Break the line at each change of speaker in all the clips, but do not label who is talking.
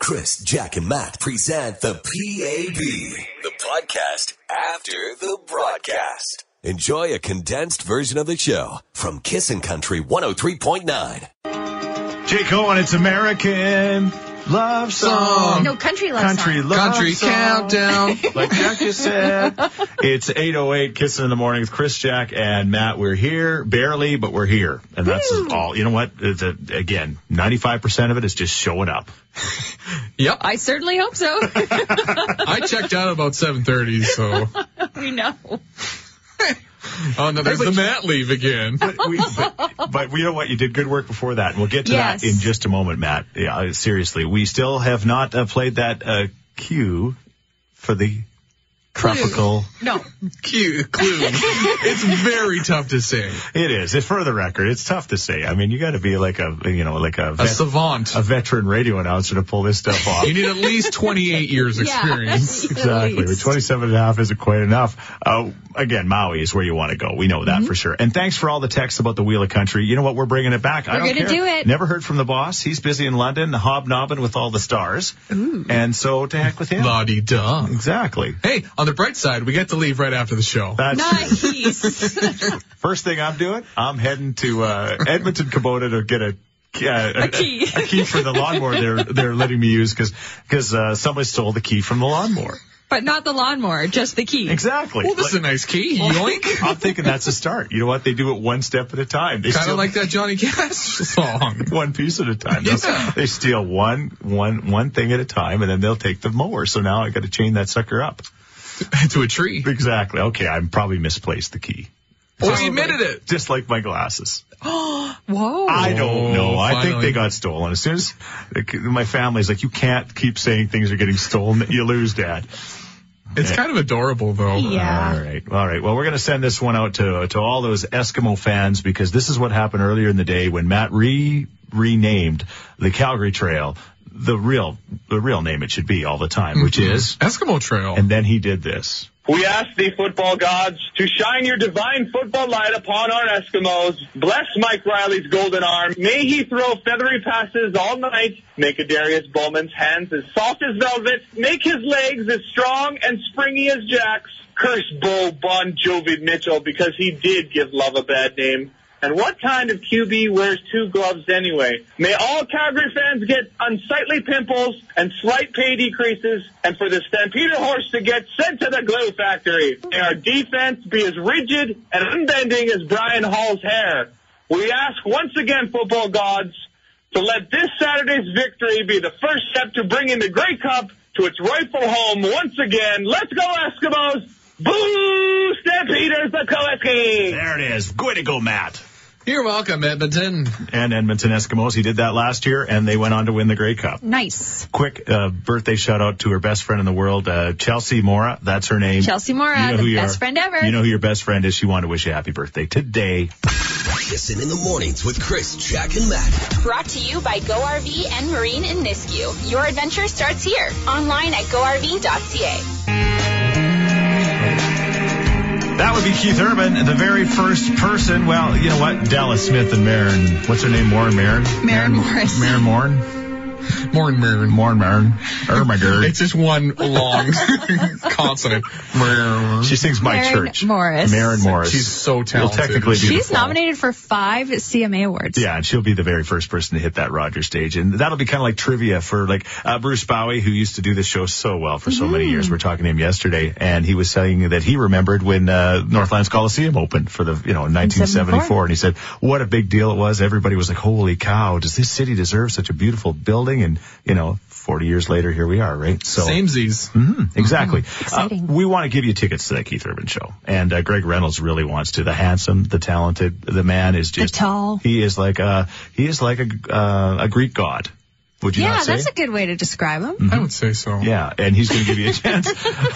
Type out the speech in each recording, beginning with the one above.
Chris, Jack, and Matt present the PAB, the podcast after the broadcast. Enjoy a condensed version of the show from Kissin' Country 103.9.
Jake Owen, it's American Love Song.
No, country love
Country
song.
love
Um, Country
song.
countdown.
Like Jack just said, it's 808 Kissing in the Morning with Chris, Jack, and Matt. We're here, barely, but we're here. And that's all. You know what? It's a, again, 95% of it is just showing up.
Yep,
Oh. I certainly hope so.
I checked out about 7:30, so
we know.
oh no, there's
Hey,
the
but-
mat leave again.
But, we, but, but we know what? You did good work before that. And we'll get to
Yes.
that in just a moment, Matt. Yeah, uh, seriously. We still have not uh, played that uh, cue for the tropical.
No.
Cute clue. it's very tough to say.
It is. It's for the record. It's tough to say. I mean, you got to be like a, you know, like a,
A
vet-
savant.
a veteran radio announcer to pull this stuff off.
You need at least 28 years experience.
exactly. But 27 and a half isn't quite enough. Uh, again, Maui is where you want to go. We know that
Mm-hmm.
for sure. And thanks for all the texts about the Wheel of Country. You know what? We're bringing it back. I
We're
don't
gonna
care.
do it.
Never heard from the boss. He's busy in London, hobnobbing with all the stars. And so to heck with him.
La di da.
Exactly.
Hey, on the bright side, we get to leave right after the show.
That's
Nice.
First thing I'm doing, I'm heading to uh, Edmonton Kubota to get a. Uh, a
key.
a key for the lawnmower they're they're letting me use because uh, somebody stole the key from the lawnmower.
but not the lawnmower, just the key.
Exactly.
Well, this is a
Like, oh,
nice key. Yoink.
I'm thinking that's a start. You know what? They do it one step at a time. They
Kind
steal
of like that Johnny Cash song.
one piece at a time.
Yeah.
They steal one one one thing at a time, and then they'll take the mower. So now I got to chain that sucker up.
to a tree.
Exactly. Okay, I'm probably misplaced the key,
Oh, he admitted it.
just like my glasses.
Whoa.
I don't know. I think
finally.
they got stolen. As soon as my family's like, you can't keep saying things are getting stolen. You lose, Dad.
It's kind of adorable though.
yeah.
All right. All right. Well, we're going to send this one out to to all those Eskimo fans because this is what happened earlier in the day when Matt re renamed the Calgary Trail the real the real name it should be all the time, which
Mm-hmm.
is.
Eskimo Trail.
And then he did this.
We ask the football gods to shine your divine football light upon our Eskimos. Bless Mike Riley's golden arm. May he throw feathery passes all night. Make Adarius Bowman's hands as soft as velvet. Make his legs as strong and springy as Jack's. Curse Bo Bon Jovi Mitchell because he did give love a bad name. And what kind of QB wears two gloves anyway? May all Calgary fans get unsightly pimples and slight pay decreases, and for the Stampeder horse to get sent to the glue factory. May our defense be as rigid and unbending as Brian Hall's hair. We ask once again, football gods, to let this Saturday's victory be the first step to bringing the Grey Cup to its rightful home once again. Let's go, Eskimos! Boo! Stampeders the Koeski!
There it is. Way to go, Matt.
You're welcome, Edmonton.
And Edmonton Eskimos. He did that last year, and they went on to win the Grey Cup.
Nice.
Quick uh, birthday shout out to her best friend in the world, uh, Chelsea Mora. That's her name.
Chelsea Mora,
You know
the
who you
best
are.
friend ever.
You know who your best friend is. She wanted to wish you happy birthday today.
Kissin' in the Mornings with Chris, Jack, and Matt.
Brought to you by GoRV and Marine in Nisku. Your adventure starts here. Online at GoRV.ca.
That would be Keith Urban, the very first person. Well, you know what? Dallas Smith and Marin. What's her name? Warren Marin?
Maren Morris.
Marin Morin?
Morn, Marin.
Warren Marin.
It's
Ermagerd.
just one long consonant.
She sings My
Maren
Church.
Morris.
Marin Morris.
She's so
will
talented.
technically be the
She's
fall.
nominated for five CMA awards.
Yeah, and she'll be the very first person to hit that Roger stage, and that'll be kind of like trivia for like uh, Bruce Bowie, who used to do this show so well for so many years. We are talking to him yesterday, and he was saying that he remembered when uh, Northlands Coliseum opened for the you know 1974, and he said what a big deal it was. Everybody was like, "Holy cow! Does this city deserve such a beautiful building?" And you know, 40 years later, here we are, right? So
Samesies.
Exactly.
Mm-hmm. Exciting.
Uh, we want to give you tickets to that Keith Urban show, and uh, Greg Reynolds really wants to. The handsome, the talented, the man is just
tall.
He is like a he is like a uh, a Greek god. Would you
Yeah,
not Mm. say?
that's a good way to describe him.
I would say so.
yeah, and he's going to give you a chance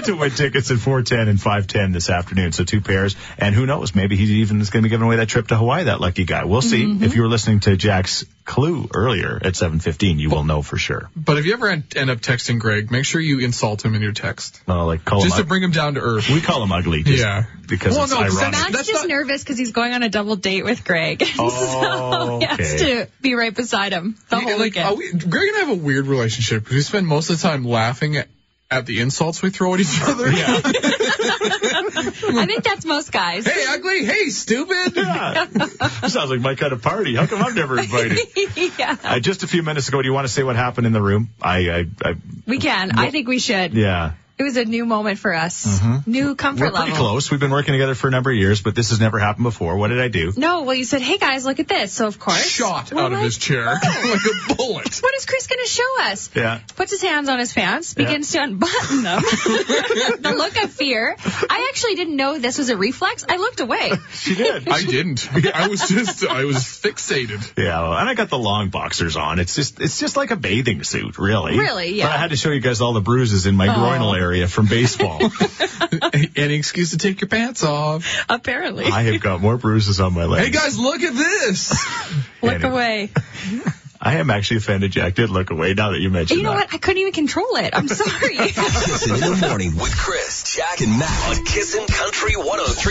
to win tickets at 410 and 510 this afternoon. So two pairs.
Mm-hmm.
And who knows, maybe he's even is going to be giving away that trip to Hawaii, that lucky guy. We'll see. If you were listening to Jack's clue earlier at 7:15, you will know for sure.
But if you ever en- end up texting Greg, make sure you insult him in your text.
Uh, like call
Just to
him
bring him down to earth.
ug- we call him ugly. Just
Yeah.
because
Well,
it's
no, 'cause
ironic.
that's-
Matt's just
not-
nervous because he's going on a double date with Greg. so he has
Oh, okay.
to be right beside him the
You-
whole
like,
weekend.
uh, we- Greg and I have a weird relationship because we spend most of the time laughing at, at the insults we throw at each other. Yeah.
I think that's most guys.
hey, ugly. Hey, stupid.
Yeah. Sounds like my kind of party. How come I'm never invited?
yeah.
Uh, just a few minutes ago, do you want to say what happened in the room? I, I, I
We can. I think we should.
yeah.
It was a new moment for us. New comfort
Mm-hmm. We're pretty
level.
close. We've been working together for a number of years, but this has never happened before. What did I do?
No, well, you said, hey guys, look at this. So, of course.
Shot
we're
out of
like,
his chair like a bullet.
What is Chris going to show us?
Yeah.
Puts his hands on his pants, begins to unbutton them. the look of fear. I actually didn't know this was a reflex. I looked away.
She did.
I didn't. I was just, I was fixated.
Yeah, well, and I got the long boxers on. It's just it's just like a bathing suit, really.
Really, yeah. Oh.
But I had to show you guys all the bruises in my groinal area from baseball.
Any excuse to take your pants off.
Apparently.
I have got more bruises on my legs.
Hey guys, look at this.
look
anyway.
away.
I am actually offended. Jack did look away now that you mentioned
You know
that.
what? I couldn't even control it. I'm sorry.
Kissing in the morning with Chris, Jack, and Matt on Kissin' Country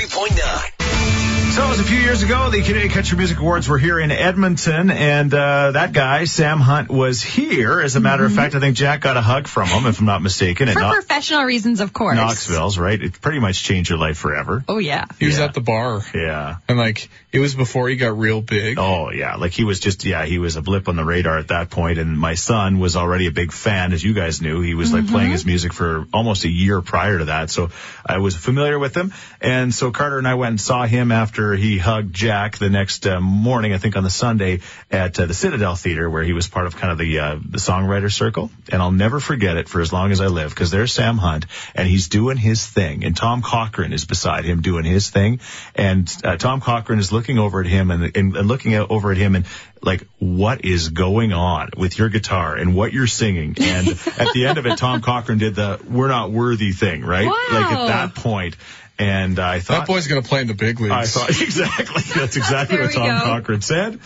103.9.
So it was a few years ago. The Canadian Country Music Awards were here in Edmonton, and uh, that guy Sam Hunt was here. As a matter of fact, I think Jack got a hug from him, if I'm not mistaken, at
For
Kno-
professional reasons, of course.
Knoxville's. Right? It pretty much changed your life forever.
Oh, yeah.
He was
Yeah.
at the bar.
Yeah.
And like, it was before he got real big.
Oh yeah, like he was just yeah, he was a blip on the radar at that point and my son was already a big fan as you guys knew. He was like playing his music for almost a year prior to that. So I was familiar with him and so Carter and I went and saw him after he hugged Jack the next uh, morning, I think on the Sunday at uh, the Citadel Theater where he was part of kind of the uh, the songwriter circle and I'll never forget it for as long as I live because there's Sam Hunt and he's doing his thing and Tom Cochran is beside him doing his thing and uh, Tom Cochran is looking over at him and, and, and looking out over at him and like what is going on with your guitar and what you're singing and at the end of it Tom Cochran did the we're not worthy thing right like at
Wow.
that point and I
That
thought
boy's going to play in the big leagues.
I thought exactly. That's exactly
There
what
we
Tom
go.
Cochran said.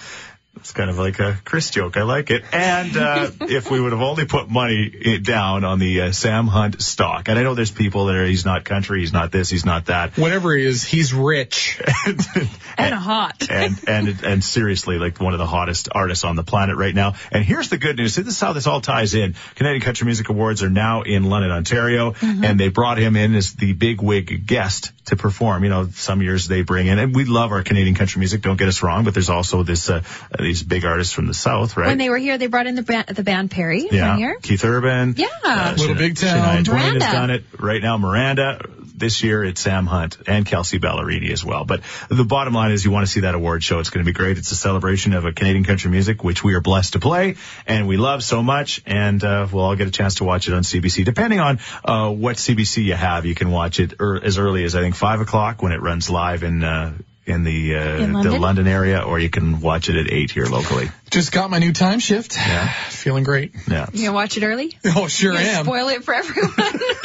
It's kind of like a Chris joke. I like it. And uh, if we would have only put money i- down on the uh, Sam Hunt stock, and I know there's people that are he's not country, he's not this, he's not that,
Whatever he is, he's rich.
And hot.
and and and seriously, like one of the hottest artists on the planet right now. And here's the good news. This is how this all ties in. Canadian Country Music Awards are now in London, Ontario, and they brought him in as the big wig guest to perform. You know, some years they bring in, and we love our Canadian country music. Don't get us wrong, but there's also this uh, these big artists from the south, right?
When they were here, they brought in the band, the band Perry
yeah,
one year.
Keith Urban. Uh,
Yeah.
Little
Shania-
Big Town.
Shania Twain has
Miranda.
done it right now. Miranda. This year it's Sam Hunt and Kelsey Ballerini as well. But the bottom line is you want to see that award show. It's going to be great. It's a celebration of a Canadian country music, which we are blessed to play and we love so much. And uh, we'll all get a chance to watch it on CBC. Depending on uh, what CBC you have, you can watch it er- as early as I think five o'clock when it runs live in uh, in the uh,
In
the
London?
London area, or you can watch it at eight here locally.
Just got my new time shift.
Yeah.
Feeling great.
Yeah.
You gonna watch it early?
Oh, sure
Gonna
am.
Spoil it for everyone.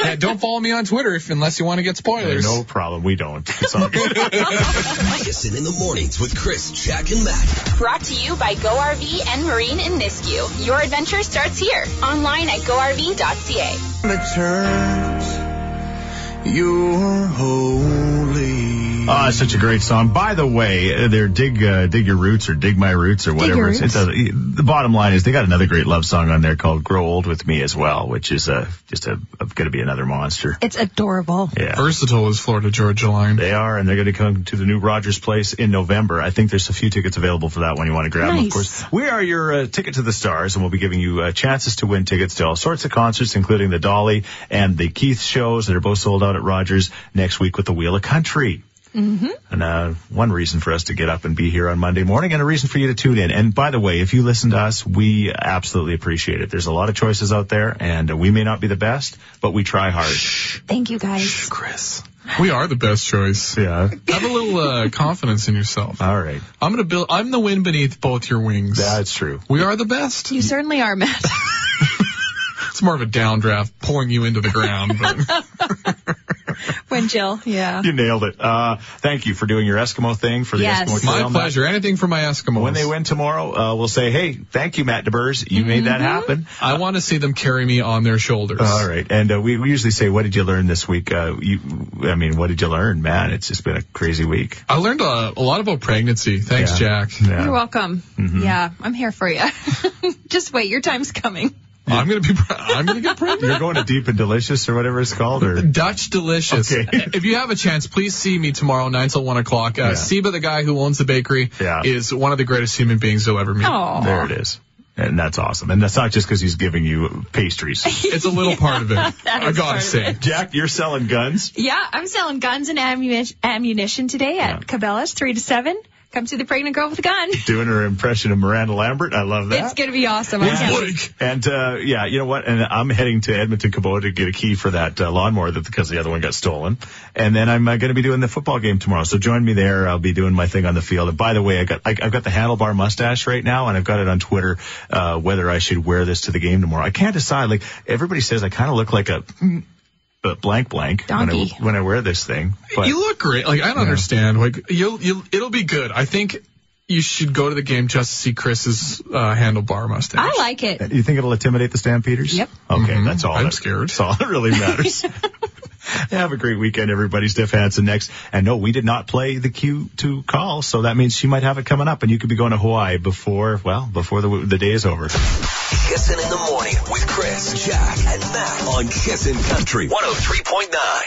Yeah, don't follow me on Twitter if, unless you want to get spoilers.
No problem. We don't. It's all good.
Kissing in the mornings with Chris, Jack, and Matt.
Brought to you by GoRV and Marine in Nisku. Your adventure starts here. Online at GoRV.ca.
Ah, it's such a great song. By the way, uh, their dig uh, dig your roots or dig my roots or whatever.
Your
it's, it's a, the bottom line is they got another great love song on there called "Grow Old with Me" as well, which is uh, just a, going to be another monster.
it's adorable.
Yeah.
Versatile is Florida Georgia line.
They are, and they're going to come to the new Rogers Place in November. I think there's a few tickets available for that one. You want to grab them, of
Nice.
course. We are your uh, ticket to the stars, and we'll be giving you uh, chances to win tickets to all sorts of concerts, including the Dolly and the Keith shows that are both sold out at Rogers next week with the Wheel of Country. And uh, one reason for us to get up and be here on Monday morning, and a reason for you to tune in. And by the way, if you listen to us, we absolutely appreciate it. There's a lot of choices out there, and uh, we may not be the best, but we try hard.
Thank you guys.
Chris. We are the best choice.
Yeah. Uh,
Have a little uh, confidence in yourself.
All right.
I'm gonna build. I'm the wind beneath both your wings.
That's true.
we are the best.
You certainly are, Matt.
It's more of a downdraft pulling you into the ground. But
Way and Jill. Yeah.
You nailed it. Uh, thank you for doing your Eskimo thing for the
Yes.
Eskimo
My
Trail.
pleasure. Anything for my Eskimos.
When they win tomorrow, uh, we'll say, hey, thank you, Matt DeBurs. You made that
Mm-hmm.
happen.
I want to see them carry me on their shoulders.
All right, and uh, we, we usually say, "What did you learn this week?" Uh, you, I mean, what did you learn, man? It's just been a crazy week.
I learned a, a lot about pregnancy. Thanks,
Yeah.
Jack.
Yeah.
You're welcome.
Mm-hmm.
Yeah, I'm here for you. Just wait, your time's coming.
I'm gonna be. pre- I'm gonna get pregnant.
You're going to Deep and Delicious or whatever it's called, or
Dutch delicious.
Okay.
If you have a chance, please see me tomorrow, nine till one o'clock. Uh,
Yeah.
Siba, the guy who owns the bakery,
Yeah.
is one of the greatest human beings you'll ever meet.
Oh,
there it is. And that's awesome. And that's not just because he's giving you pastries.
It's a little part of it. I
is part
gotta
of
say.
Jack, you're selling guns.
Yeah, I'm selling guns and ammuni- ammunition today at Cabela's, 3 to 7. Come see the pregnant girl with a gun.
Doing her impression of Miranda Lambert. I love that.
It's going to be awesome. I can't wait.
Like,
And uh, yeah, you know what? And I'm heading to Edmonton Kubota to get a key for that uh, lawnmower that because the other one got stolen. And then I'm uh, going to be doing the football game tomorrow. So join me there. I'll be doing my thing on the field. And by the way, I got I, I've got the handlebar mustache right now, and I've got it on Twitter uh, whether I should wear this to the game tomorrow. I can't decide. Like everybody says, I kind of look like a. mm, But blank blank when I,
Donkey.
when I wear this thing, but
you look great. Like I don't understand. Like you'll you'll it'll be good. I think you should go to the game just to see Chris's uh, handlebar mustache.
I like it.
You think it'll intimidate the Stampeders?
Yep.
Okay, that's all.
Mm-hmm. I'm
that-
scared.
That's all that really matters. Have a great weekend, everybody. Steph Hansen next. And no, we did not play the Q2 call, so that means she might have it coming up, and you could be going to Hawaii before, well, before the, the day is over.
oh Kissin' in the morning with Chris, Jack, and Matt on Kissin' Country 103.9.